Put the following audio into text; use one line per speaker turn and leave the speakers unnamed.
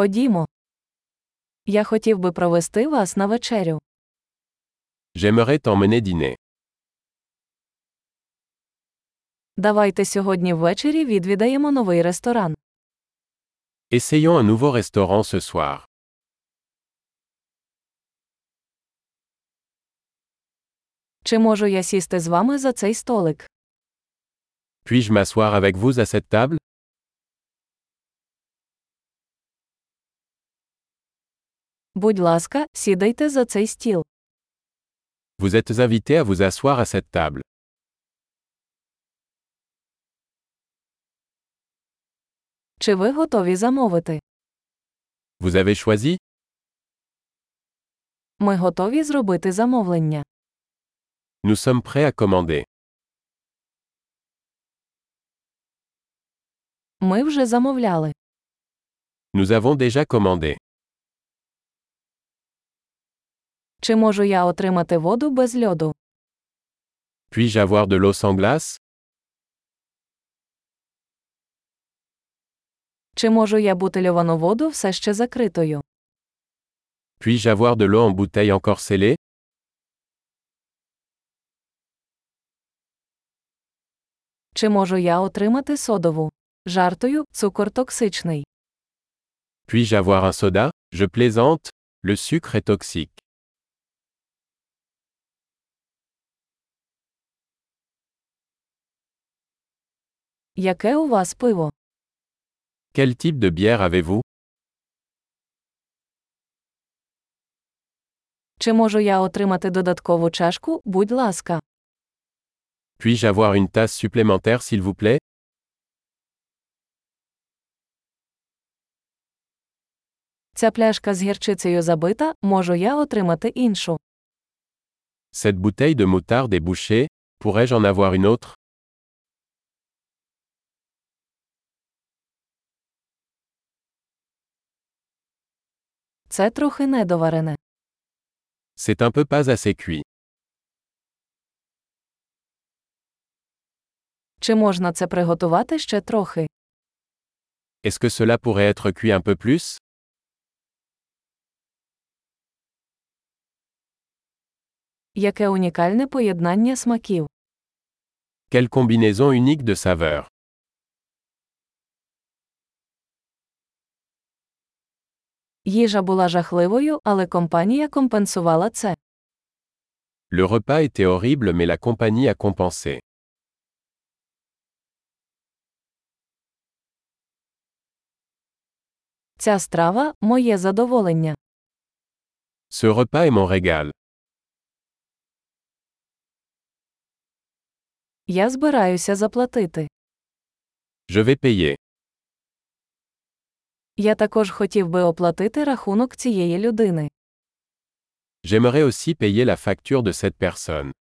Ходімо. Я хотів би провести вас на вечерю.
J'aimerais t'emmener dîner.
Давайте сьогодні ввечері відвідаємо новий ресторан.
Essayons un nouveau restaurant ce soir.
Чи можу я сісти з вами за цей столик?
Puis-je m'asseoir avec vous à cette table
Будь ласка, сідайте за цей стіл.
Vous êtes invité à vous asseoir à cette table.
Чи ви готові замовити?
Vous avez choisi
Ми готові зробити замовлення.
Nous sommes prêts à commander.
Ми вже замовляли.
Nous avons déjà commandé.
Чи можу я отримати воду без льоду?
Puis-je avoir de l'eau sans glace
Чи можу я бутильовану воду все ще закритою?
Puis-je avoir de l'eau en bouteille encore scellée
Чи можу я отримати содову? Жартою, цукор токсичний.
Puis-je avoir un soda Je plaisante. Le sucre est toxique.
Яке у вас пиво?
Quel type de bière avez-vous
Чи можу я отримати додаткову чашку, будь ласка.
Puis-je avoir une tasse supplémentaire s'il vous plaît
Ця пляшка з гірчицею забита, можу я отримати іншу.
Cette bouteille de moutarde est bouchée. Pourrais-je en avoir une autre
Це трохи недоварене.
C'est un peu pas assez cuit.
Чи можна це приготувати ще трохи?
Est-ce que cela pourrait être cuit un peu plus
Яке унікальне поєднання смаків.
Quelle combinaison unique de saveurs
Їжа була жахливою, але компанія компенсувала це.
Le repas était horrible mais la compagnie a compensé.
Ця страва моє задоволення.
Ce repas est mon régal.
Я збираюся заплатити.
Je vais payer.
Я також хотів би оплатити рахунок цієї людини.
J'aimerais aussi payer la facture de cette personne.